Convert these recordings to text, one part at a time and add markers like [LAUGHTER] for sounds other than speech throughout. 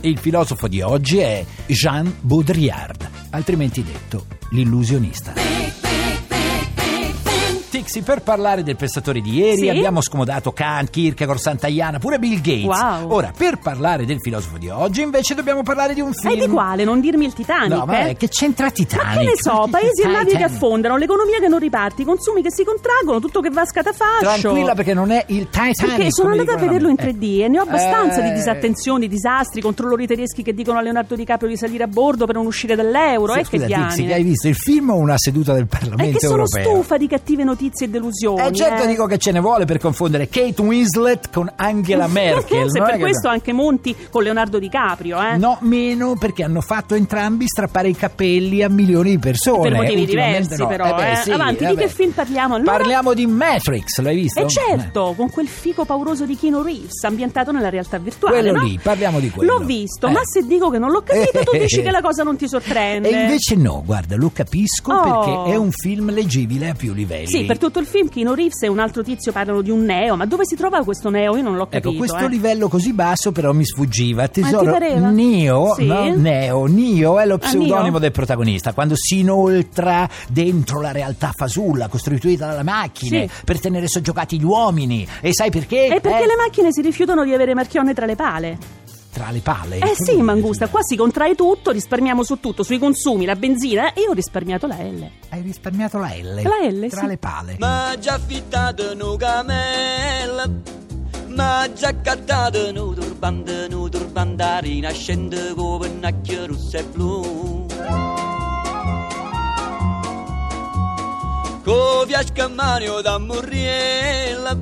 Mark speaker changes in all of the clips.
Speaker 1: Il filosofo di oggi è Jean Baudrillard, altrimenti detto l'illusionista. Tixi, per parlare del pensatore di ieri
Speaker 2: Sì?
Speaker 1: abbiamo scomodato Kant, Kierkegaard, Santayana, pure Bill Gates.
Speaker 2: Wow.
Speaker 1: Ora, per parlare del filosofo di oggi invece dobbiamo parlare di un film.
Speaker 2: Sai di quale? Non dirmi il Titanic,
Speaker 1: No, ma
Speaker 2: eh?
Speaker 1: eh, che c'entra Titanic? Cioè,
Speaker 2: Ma che ne so,
Speaker 1: Perché
Speaker 2: paesi e navi che
Speaker 1: Titanic?
Speaker 2: affondano, l'economia che non riparte, i consumi che si contraggono, tutto che va a scatafascio.
Speaker 1: Tranquilla perché non è il Titanic.
Speaker 2: Perché sono
Speaker 1: come
Speaker 2: andata a
Speaker 1: dicono
Speaker 2: vederlo in
Speaker 1: me.
Speaker 2: 3D e ne ho abbastanza di
Speaker 1: Eh,
Speaker 2: disattenzioni, disastri, controllori tedeschi che dicono a Leonardo DiCaprio di salire a bordo per non uscire dall'euro.
Speaker 1: sì,
Speaker 2: eh,
Speaker 1: scusa,
Speaker 2: che
Speaker 1: Tixi,
Speaker 2: diamine.
Speaker 1: hai visto il film o una seduta del
Speaker 2: È
Speaker 1: Parlamento
Speaker 2: che sono
Speaker 1: europeo?
Speaker 2: stufa di cattive notizie e delusioni.
Speaker 1: Eh, certo
Speaker 2: eh.
Speaker 1: dico che ce ne vuole per confondere Kate Winslet con
Speaker 2: [LAUGHS]
Speaker 1: Angela Merkel.
Speaker 2: Se
Speaker 1: non è
Speaker 2: per
Speaker 1: che-
Speaker 2: questo anche Monti con Leonardo DiCaprio, eh.
Speaker 1: No, meno perché hanno fatto entrambi strappare i capelli a milioni di persone.
Speaker 2: Per motivi
Speaker 1: Ultimamente
Speaker 2: diversi,
Speaker 1: no.
Speaker 2: però,
Speaker 1: beh,
Speaker 2: eh.
Speaker 1: sì,
Speaker 2: Avanti, di
Speaker 1: vabbè.
Speaker 2: che film parliamo allora?
Speaker 1: Parliamo di Matrix, l'hai visto? Eh,
Speaker 2: E certo, con quel fico pauroso di Keanu Reeves, ambientato nella realtà virtuale.
Speaker 1: Quello
Speaker 2: no?
Speaker 1: lì, parliamo di quello.
Speaker 2: L'ho visto,
Speaker 1: Eh.
Speaker 2: ma se dico che non l'ho capito, tu
Speaker 1: [LAUGHS]
Speaker 2: dici che la cosa non ti sorprende.
Speaker 1: E invece no, guarda, lo capisco
Speaker 2: Oh.
Speaker 1: perché è un film leggibile a più livelli.
Speaker 2: Sì, per tutto il film Keanu Reeves e un altro tizio parlano di un neo, ma dove si trova questo neo? Io non l'ho
Speaker 1: Ecco,
Speaker 2: capito.
Speaker 1: questo
Speaker 2: eh.
Speaker 1: livello così basso però mi sfuggiva. Tesoro,
Speaker 2: pareva?
Speaker 1: Neo,
Speaker 2: Sì.
Speaker 1: no? Neo, Neo è lo
Speaker 2: Ah,
Speaker 1: pseudonimo
Speaker 2: Neo?
Speaker 1: del protagonista. Quando si inoltra dentro la realtà fasulla costituita dalla macchina
Speaker 2: Sì.
Speaker 1: per tenere soggiogati gli uomini. E sai perché?
Speaker 2: E perché
Speaker 1: Eh,
Speaker 2: le macchine si rifiutano di avere Marchione tra le pale?
Speaker 1: Tra le palle.
Speaker 2: Eh sì, Mangusta, qua si contrae tutto, risparmiamo su tutto, sui consumi, la benzina, e io ho risparmiato la L.
Speaker 1: Hai risparmiato la L.
Speaker 2: La L,
Speaker 1: Tra
Speaker 2: sì.
Speaker 1: le palle.
Speaker 3: Ma già affittato un camella, ma già cattato un turbante, un turbante rinascente con pennacchio rosso e blu. Con fiasco in mano da murriella,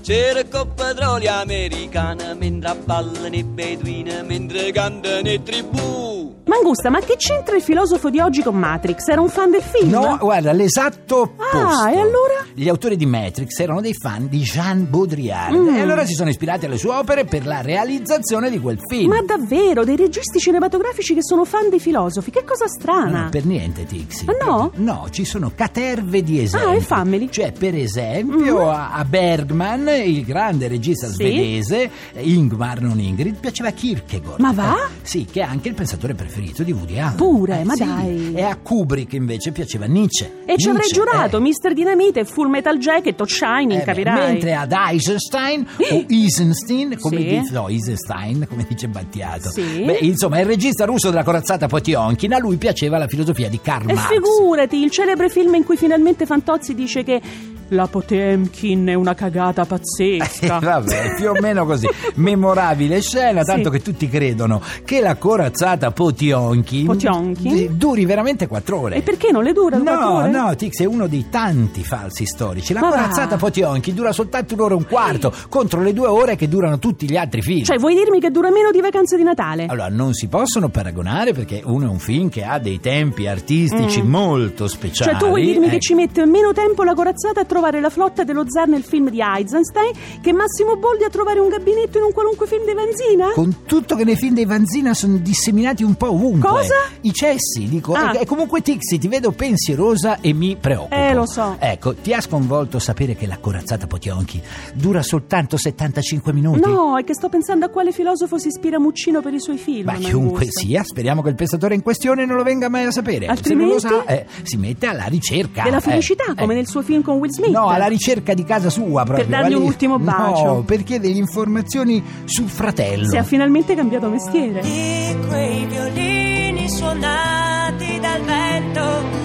Speaker 3: cerco petrolio americano, mentre ballano i beduini, mentre cantano i tribù.
Speaker 2: Mangusta, ma che c'entra il filosofo di oggi con Matrix? Era un fan del film?
Speaker 1: No, guarda, l'esatto
Speaker 2: Ah,
Speaker 1: opposto.
Speaker 2: e allora?
Speaker 1: Gli autori di Matrix erano dei fan di Jean Baudrillard
Speaker 2: Mm.
Speaker 1: e allora si sono ispirati alle sue opere per la realizzazione di quel film.
Speaker 2: Ma davvero, dei registi cinematografici che sono fan dei filosofi? Che cosa strana!
Speaker 1: No, Ah, per niente, Tixi.
Speaker 2: Ah, no?
Speaker 1: No, ci sono caterve di esempi.
Speaker 2: Ah, e fammeli.
Speaker 1: Cioè, per esempio,
Speaker 2: Mhm.
Speaker 1: a a Bergman, il grande regista
Speaker 2: Sì.
Speaker 1: svedese, eh, Ingmar, non Ingrid, piaceva Kierkegaard.
Speaker 2: Ma va?
Speaker 1: Eh, sì, che è anche il pensatore preferito di Woody Allen. Eh,
Speaker 2: Pure, ma
Speaker 1: sì.
Speaker 2: dai.
Speaker 1: E a Kubrick invece piaceva Nietzsche.
Speaker 2: E ci avrei
Speaker 1: Nietzsche,
Speaker 2: giurato,
Speaker 1: eh.
Speaker 2: Mr. Dinamite, Full Metal Jacket o Shining,
Speaker 1: Eh beh,
Speaker 2: capirai? Eh.
Speaker 1: mentre ad Eisenstein o Eisenstein, come
Speaker 2: Sì.
Speaker 1: dice no, Eisenstein, come dice Battiato.
Speaker 2: Sì.
Speaker 1: Beh, insomma, il regista russo della corazzata Potionkin, a lui piaceva la filosofia di Karl
Speaker 2: E
Speaker 1: Marx.
Speaker 2: figurati, il celebre film in cui finalmente Fantozzi dice che la Potemkin è una cagata
Speaker 1: [LAUGHS] Eh,
Speaker 2: pazzesca.
Speaker 1: Vabbè, più o
Speaker 2: [LAUGHS]
Speaker 1: meno così. Memorabile scena, tanto
Speaker 2: Sì.
Speaker 1: che tutti credono che la corazzata Potionkin,
Speaker 2: Potionkin?
Speaker 1: di- duri veramente quattro ore.
Speaker 2: E perché non le dura? quattro
Speaker 1: No,
Speaker 2: ore?
Speaker 1: no, Tix è uno dei tanti falsi storici. La
Speaker 2: Ma va.
Speaker 1: corazzata Potionkin dura soltanto un'ora e un quarto contro le due ore che durano tutti gli altri film.
Speaker 2: Cioè, vuoi dirmi che dura meno di vacanze di Natale?
Speaker 1: Allora, non si possono paragonare perché uno è un film che ha dei tempi artistici
Speaker 2: Mm.
Speaker 1: molto speciali.
Speaker 2: Cioè, tu vuoi dirmi che
Speaker 1: ecco.
Speaker 2: ci mette meno tempo la corazzata a trovare la flotta dello zar nel film di Eisenstein che Massimo Boldi a trovare un gabinetto in un qualunque film di Vanzina?
Speaker 1: Con tutto che nei film dei Vanzina sono disseminati un po' ovunque.
Speaker 2: Cosa?
Speaker 1: I cessi, dico.
Speaker 2: Ah.
Speaker 1: E, e comunque, Tixi, ti vedo pensierosa e mi preoccupo.
Speaker 2: Eh, lo so.
Speaker 1: Ecco, ti ha sconvolto sapere che la corazzata Potionchi dura soltanto 75 minuti?
Speaker 2: No, è che sto pensando a quale filosofo si ispira Muccino per i suoi film.
Speaker 1: Ma
Speaker 2: Mangusta.
Speaker 1: chiunque sia, speriamo che il pensatore in questione non lo venga mai a sapere.
Speaker 2: Altrimenti?
Speaker 1: Se non lo sa, eh, si mette alla ricerca.
Speaker 2: Della
Speaker 1: eh,
Speaker 2: felicità, come
Speaker 1: eh.
Speaker 2: nel suo film con Will Smith.
Speaker 1: No, alla ricerca di casa sua proprio.
Speaker 2: dargli un
Speaker 1: lì.
Speaker 2: ultimo bacio.
Speaker 1: No, perché delle informazioni sul fratello.
Speaker 2: Si è finalmente cambiato mestiere.
Speaker 4: di quei violini suonati dal vento.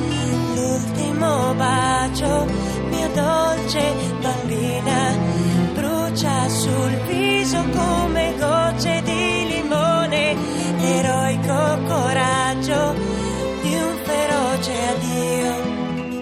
Speaker 4: L'ultimo bacio, mia dolce bambina, brucia sul viso come gocce di limone. L'eroico coraggio di un feroce addio.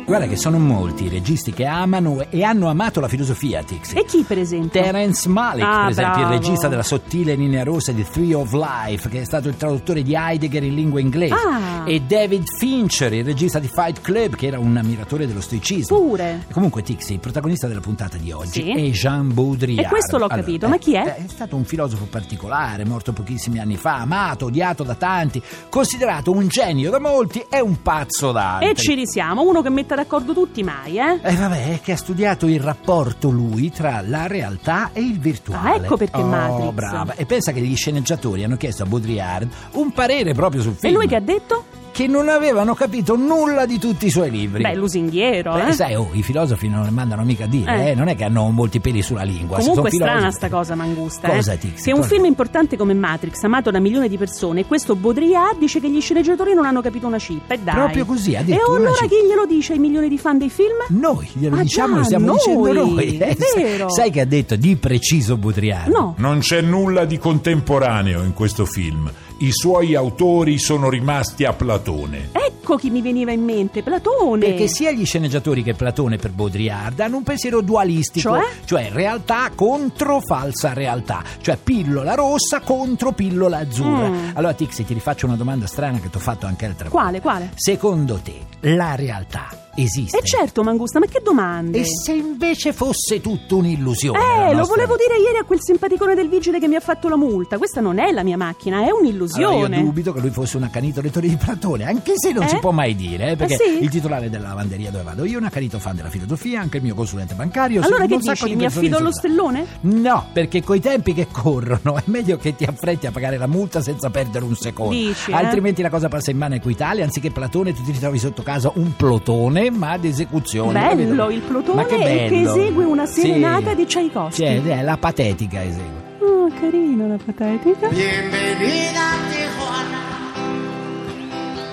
Speaker 1: Guarda che sono molti i registi che amano e hanno amato la filosofia, Tixi.
Speaker 2: E chi, per esempio?
Speaker 1: Terence Malick,
Speaker 2: Ah,
Speaker 1: per esempio,
Speaker 2: bravo.
Speaker 1: il regista della sottile linea rossa di Three of Life, che è stato il traduttore di Heidegger in lingua inglese.
Speaker 2: Ah.
Speaker 1: E David Fincher, il regista di Fight Club, che era un ammiratore dello stoicismo.
Speaker 2: Pure.
Speaker 1: Comunque, Tixi, il protagonista della puntata di oggi
Speaker 2: Uh. Sì.
Speaker 1: è Jean Baudrillard. eh,
Speaker 2: E questo l'ho capito, ma chi è?
Speaker 1: È stato un filosofo particolare, morto pochissimi anni fa, amato, odiato da tanti, considerato un genio da molti e un pazzo da altri.
Speaker 2: E ci risiamo, uno che metta d'accordo tutti mai, eh?
Speaker 1: E vabbè, che ha studiato il rapporto lui tra la realtà e il virtuale.
Speaker 2: Ah, ecco perché
Speaker 1: oh,
Speaker 2: Matrix.
Speaker 1: brava. E pensa che gli sceneggiatori hanno chiesto a Baudrillard un parere proprio sul
Speaker 2: E
Speaker 1: film.
Speaker 2: lui che ha detto?
Speaker 1: che non avevano capito nulla di tutti i suoi libri.
Speaker 2: Beh, lusinghiero,
Speaker 1: Beh,
Speaker 2: eh?
Speaker 1: sai, oh, i filosofi non le mandano mica a dire,
Speaker 2: Eh.
Speaker 1: eh, non è che hanno molti peli sulla lingua. se
Speaker 2: Comunque è
Speaker 1: sono
Speaker 2: strana
Speaker 1: filosofi-
Speaker 2: sta cosa, Mangusta.
Speaker 1: Cosa,
Speaker 2: eh?
Speaker 1: Tixi,
Speaker 2: Che un
Speaker 1: cosa?
Speaker 2: film importante come Matrix, amato da milioni di persone, questo Baudrillard dice che gli sceneggiatori non hanno capito una cippa, e dai.
Speaker 1: Proprio così,
Speaker 2: E
Speaker 1: addirittura
Speaker 2: allora
Speaker 1: ci-
Speaker 2: chi glielo dice ai milioni di fan dei film?
Speaker 1: Noi glielo
Speaker 2: Ah,
Speaker 1: diciamo,
Speaker 2: già,
Speaker 1: lo stiamo
Speaker 2: noi,
Speaker 1: dicendo noi. [LAUGHS]
Speaker 2: è
Speaker 1: sai-
Speaker 2: vero.
Speaker 1: Sai che ha detto di preciso Baudrillard?
Speaker 2: No.
Speaker 5: Non c'è nulla di contemporaneo in questo film. I suoi autori sono rimasti a Platone.
Speaker 2: Ecco chi mi veniva in mente, Platone.
Speaker 1: Perché sia gli sceneggiatori che Platone per Baudrillard hanno un pensiero dualistico,
Speaker 2: Cioè?
Speaker 1: realtà contro falsa realtà, cioè pillola rossa contro pillola azzurra.
Speaker 2: Mm.
Speaker 1: Allora Tixi ti rifaccio una domanda strana che ti ho fatto anche l'altra volta.
Speaker 2: Quale, quale?
Speaker 1: Secondo te la realtà esiste?
Speaker 2: E certo, Mangusta, ma che domande?
Speaker 1: E se invece fosse tutta un'illusione? la
Speaker 2: Eh, lo
Speaker 1: nostra-
Speaker 2: volevo dire ieri a quel simpaticone del vigile che mi ha fatto la multa. Questa non è la mia macchina, è un'illusione.
Speaker 1: Allora, io dubito che lui fosse un accanito lettore di Platone, anche se non
Speaker 2: Eh?
Speaker 1: si può mai dire, eh, perché
Speaker 2: Eh sì?
Speaker 1: il titolare della lavanderia dove vado io è un accanito fan della filosofia, anche il mio consulente bancario.
Speaker 2: Allora che
Speaker 1: seguo un sacco
Speaker 2: dici? Mi
Speaker 1: di persone
Speaker 2: affido allo
Speaker 1: sopra.
Speaker 2: stellone?
Speaker 1: No, perché coi tempi che corrono è meglio che ti affretti a pagare la multa senza perdere un secondo.
Speaker 2: Dici, eh?
Speaker 1: Altrimenti la cosa passa in mano a Equitalia, anziché Platone tu ti ritrovi sotto casa un plotone, ma ad esecuzione.
Speaker 2: Bello,
Speaker 1: capito?
Speaker 2: il plotone
Speaker 1: Ma che
Speaker 2: è il che
Speaker 1: bello.
Speaker 2: esegue una
Speaker 1: Sì.
Speaker 2: serenata di Tchaikovsky.
Speaker 1: Cioè, è la patetica esegue.
Speaker 2: Oh, carina la patetica.
Speaker 6: Bienvenida a Tijuana,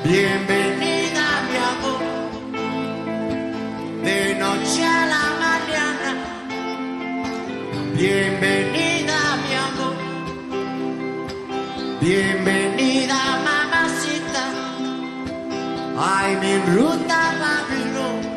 Speaker 6: bienvenida mi amor, de noche a la mañana, bienvenida mi amor, bienvenida mamacita, ay mi ruta Babilón.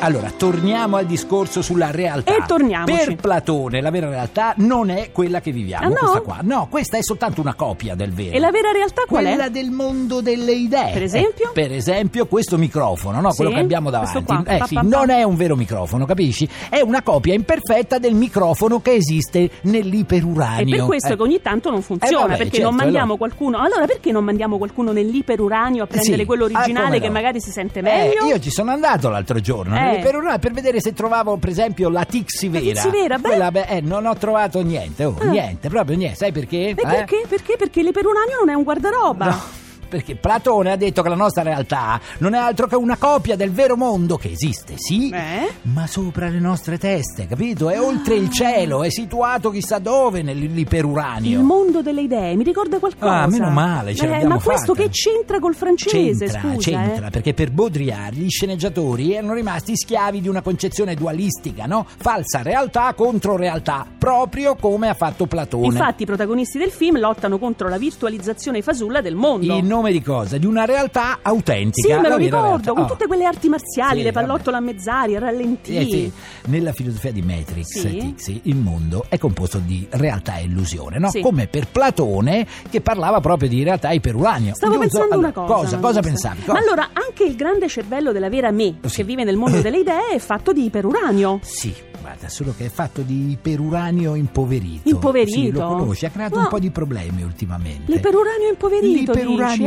Speaker 1: Allora, torniamo al discorso sulla realtà.
Speaker 2: E torniamoci.
Speaker 1: Per Platone la vera realtà non è quella che viviamo,
Speaker 2: Ah, no?
Speaker 1: questa qua. No, questa è soltanto una copia del vero.
Speaker 2: E la vera realtà qual
Speaker 1: quella
Speaker 2: è?
Speaker 1: del mondo delle idee.
Speaker 2: Per esempio?
Speaker 1: Eh, per esempio, questo microfono, no?
Speaker 2: Sì,
Speaker 1: quello che abbiamo
Speaker 2: questo
Speaker 1: davanti.
Speaker 2: qua.
Speaker 1: Eh
Speaker 2: Pa,
Speaker 1: sì,
Speaker 2: pa, pa.
Speaker 1: non è un vero microfono, capisci? È una copia imperfetta del microfono che esiste
Speaker 2: E
Speaker 1: nell'iperuranio.
Speaker 2: per questo
Speaker 1: Eh.
Speaker 2: che ogni tanto non funziona,
Speaker 1: Eh, vabbè,
Speaker 2: perché
Speaker 1: certo,
Speaker 2: non mandiamo
Speaker 1: allora.
Speaker 2: qualcuno. Allora, perché non mandiamo qualcuno nell'iperuranio a prendere
Speaker 1: Sì.
Speaker 2: quello
Speaker 1: Ah,
Speaker 2: originale
Speaker 1: come
Speaker 2: che
Speaker 1: no.
Speaker 2: magari si sente
Speaker 1: Eh,
Speaker 2: meglio?
Speaker 1: io ci sono andato l'altro giorno
Speaker 2: Eh.
Speaker 1: nell'iperuranio per vedere se trovavo, per esempio, la Tixi vera.
Speaker 2: Tixi vera, beh.
Speaker 1: Quella, beh, eh, non ho trovato niente, oh,
Speaker 2: Ah.
Speaker 1: niente, proprio niente. Sai perché?
Speaker 2: E
Speaker 1: Eh?
Speaker 2: perché? Perché? Perché l'iperuranio non è un guardaroba.
Speaker 1: No, Perché Platone ha detto che la nostra realtà non è altro che una copia del vero mondo che esiste, sì,
Speaker 2: Eh?
Speaker 1: ma sopra le nostre teste, capito? È oltre il cielo, è situato chissà dove nell'iperuranio.
Speaker 2: Il mondo delle idee, mi ricorda qualcosa.
Speaker 1: Ah, meno male, ce
Speaker 2: Eh,
Speaker 1: l'abbiamo
Speaker 2: Ma questo
Speaker 1: fatta.
Speaker 2: che c'entra col francese,
Speaker 1: C'entra,
Speaker 2: scusa,
Speaker 1: c'entra,
Speaker 2: eh?
Speaker 1: perché per Baudrillard gli sceneggiatori erano rimasti schiavi di una concezione dualistica, no? Falsa realtà contro realtà, proprio come ha fatto Platone.
Speaker 2: Infatti i protagonisti del film lottano contro la virtualizzazione fasulla del mondo.
Speaker 1: in nome di cosa? Di una realtà
Speaker 2: Sì,
Speaker 1: autentica.
Speaker 2: me
Speaker 1: la
Speaker 2: lo
Speaker 1: vera
Speaker 2: ricordo,
Speaker 1: realtà.
Speaker 2: con
Speaker 1: Oh.
Speaker 2: tutte quelle arti marziali,
Speaker 1: Sì,
Speaker 2: le pallottola a mezz'aria, rallentini.
Speaker 1: Eh sì, Nella filosofia di Matrix,
Speaker 2: Sì.
Speaker 1: Tixi, il mondo è composto di realtà e illusione, no?
Speaker 2: Sì.
Speaker 1: come per Platone che parlava proprio di realtà iperuranio.
Speaker 2: Stavo
Speaker 1: Giusto?
Speaker 2: pensando
Speaker 1: Allora,
Speaker 2: una cosa.
Speaker 1: Cosa, cosa
Speaker 2: Mangusta.
Speaker 1: pensavi?
Speaker 2: Ma
Speaker 1: Cosa?
Speaker 2: allora, anche il grande cervello della vera me,
Speaker 1: Sì. Eh.
Speaker 2: che vive nel mondo delle idee, è fatto di iperuranio.
Speaker 1: Sì, guarda, solo che è fatto di iperuranio impoverito.
Speaker 2: Impoverito?
Speaker 1: Sì, lo conosci, ha creato
Speaker 2: No.
Speaker 1: un po' di problemi ultimamente.
Speaker 2: L'iperuranio impoverito, dici,
Speaker 1: L'iperuranio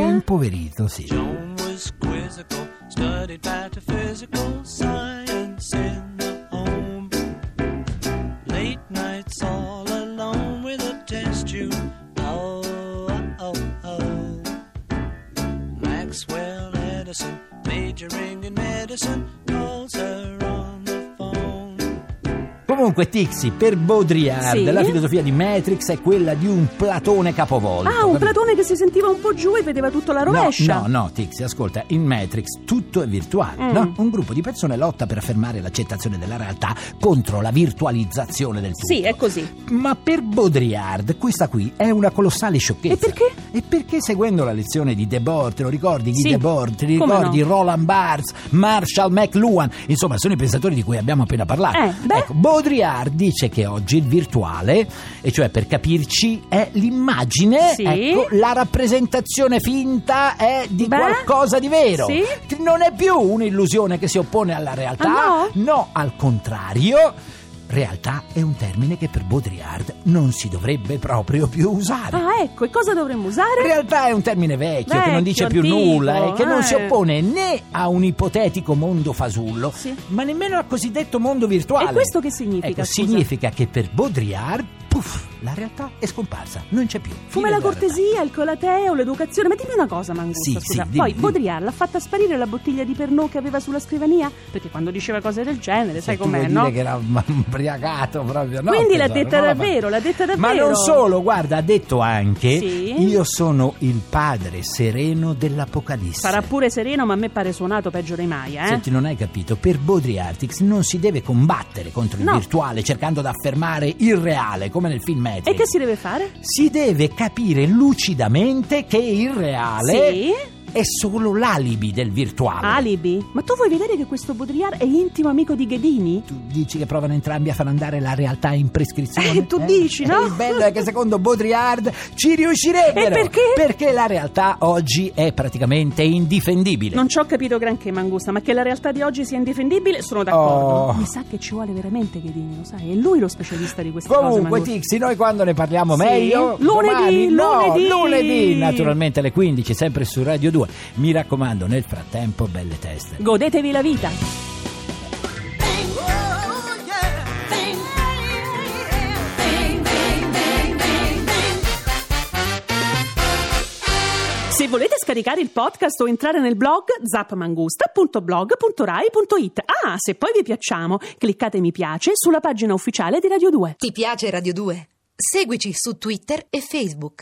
Speaker 2: eh?
Speaker 1: impoverito, sì.
Speaker 7: Joan was quizzical, studied metaphysical science in the home. Late nights all alone with a test tube. Oh, oh, oh. Maxwell Edison, majoring in medicine, calls her on the phone.
Speaker 1: Comunque, Tixi, per Baudrillard,
Speaker 2: Sì.
Speaker 1: la filosofia di Matrix è quella di un Platone capovolto.
Speaker 2: Ah, un
Speaker 1: capito?
Speaker 2: Platone che si sentiva un po' giù e vedeva tutto la rovescia.
Speaker 1: No, no, no, Tixi, ascolta, in Matrix tutto è virtuale,
Speaker 2: Mm.
Speaker 1: no? Un gruppo di persone lotta per affermare l'accettazione della realtà contro la virtualizzazione del tutto.
Speaker 2: Sì, è così.
Speaker 1: Ma per Baudrillard questa qui è una colossale sciocchezza.
Speaker 2: E perché?
Speaker 1: E perché seguendo la lezione di Debord, te lo ricordi Guy
Speaker 2: Sì,
Speaker 1: Debord, ti
Speaker 2: come
Speaker 1: ricordi
Speaker 2: no.
Speaker 1: Roland Barthes, Marshall McLuhan, insomma sono i pensatori di cui abbiamo appena parlato.
Speaker 2: Eh, beh.
Speaker 1: ecco, Baudrillard dice che oggi il virtuale, e cioè per capirci, è l'immagine,
Speaker 2: Sì.
Speaker 1: ecco, la rappresentazione finta è di
Speaker 2: Beh.
Speaker 1: qualcosa di vero.
Speaker 2: Sì.
Speaker 1: Non è più un'illusione che si oppone alla realtà,
Speaker 2: Ah, no?
Speaker 1: al contrario. Realtà è un termine che per Baudrillard non si dovrebbe proprio più usare.
Speaker 2: Ah, ecco, e cosa dovremmo usare?
Speaker 1: In realtà è un termine vecchio, che
Speaker 2: Vecchio,
Speaker 1: non dice più
Speaker 2: antico,
Speaker 1: nulla e che non
Speaker 2: eh.
Speaker 1: si oppone né a un ipotetico mondo fasullo,
Speaker 2: Sì.
Speaker 1: ma nemmeno al cosiddetto mondo virtuale.
Speaker 2: E questo che significa,
Speaker 1: Ecco,
Speaker 2: scusa?
Speaker 1: significa che per Baudrillard, puff, la realtà è scomparsa, non c'è più.
Speaker 2: Come
Speaker 1: Fine
Speaker 2: la
Speaker 1: della realtà.
Speaker 2: cortesia, il colateo, l'educazione. Ma dimmi una cosa, Mangusta,
Speaker 1: Sì, sì,
Speaker 2: scusa.
Speaker 1: dimmi,
Speaker 2: Poi
Speaker 1: dimmi.
Speaker 2: Baudrillard l'ha fatta sparire la bottiglia di Pernod che aveva sulla scrivania? Perché quando diceva cose del genere,
Speaker 1: Cioè,
Speaker 2: sai
Speaker 1: tu
Speaker 2: com'è,
Speaker 1: vuoi
Speaker 2: no?
Speaker 1: dire che era [LAUGHS] ubriacato proprio, no?
Speaker 2: Quindi l'ha
Speaker 1: tesoro,
Speaker 2: detta
Speaker 1: non la fa-
Speaker 2: davvero, l'ha detta davvero.
Speaker 1: Ma non solo, guarda, ha detto anche
Speaker 2: Sì?
Speaker 1: io sono il padre sereno dell'Apocalisse.
Speaker 2: Sarà pure sereno, ma a me pare suonato peggio dei Maia, eh?
Speaker 1: Senti, non hai capito, per Baudrillardix non si deve combattere contro il
Speaker 2: No.
Speaker 1: virtuale cercando di affermare il reale, come nel film Matrix.
Speaker 2: e che si deve fare?
Speaker 1: Si deve capire lucidamente che il reale
Speaker 2: Sì?
Speaker 1: è solo l'alibi del virtuale.
Speaker 2: Alibi. Ma tu vuoi vedere che questo Baudrillard è intimo amico di Ghedini?
Speaker 1: tu dici che provano entrambi a far andare la realtà in prescrizione?
Speaker 2: Eh, tu dici, no?
Speaker 1: Il bello è che secondo Baudrillard ci riuscirebbero.
Speaker 2: E perché?
Speaker 1: Perché la realtà oggi è praticamente indifendibile.
Speaker 2: Non ci ho capito granché, Mangusta, ma che la realtà di oggi sia indifendibile, sono d'accordo.
Speaker 1: Oh.
Speaker 2: Mi sa che ci vuole veramente Ghedini, lo sai? È lui lo specialista di queste cose,
Speaker 1: Comunque,
Speaker 2: Mangusta.
Speaker 1: Tixi, noi quando ne parliamo
Speaker 2: Sì.
Speaker 1: meglio.
Speaker 2: Lunedì,
Speaker 1: domani, no,
Speaker 2: lunedì.
Speaker 1: lunedì, naturalmente alle 15, sempre su Radio 2. Mi raccomando, nel frattempo, belle teste.
Speaker 2: Godetevi la vita. Se volete scaricare il podcast o entrare nel blog zapmangusta.blog.rai.it. Ah, se poi vi piacciamo, cliccate mi piace sulla pagina ufficiale di Radio 2.
Speaker 8: Ti piace Radio 2? Seguici su Twitter e Facebook.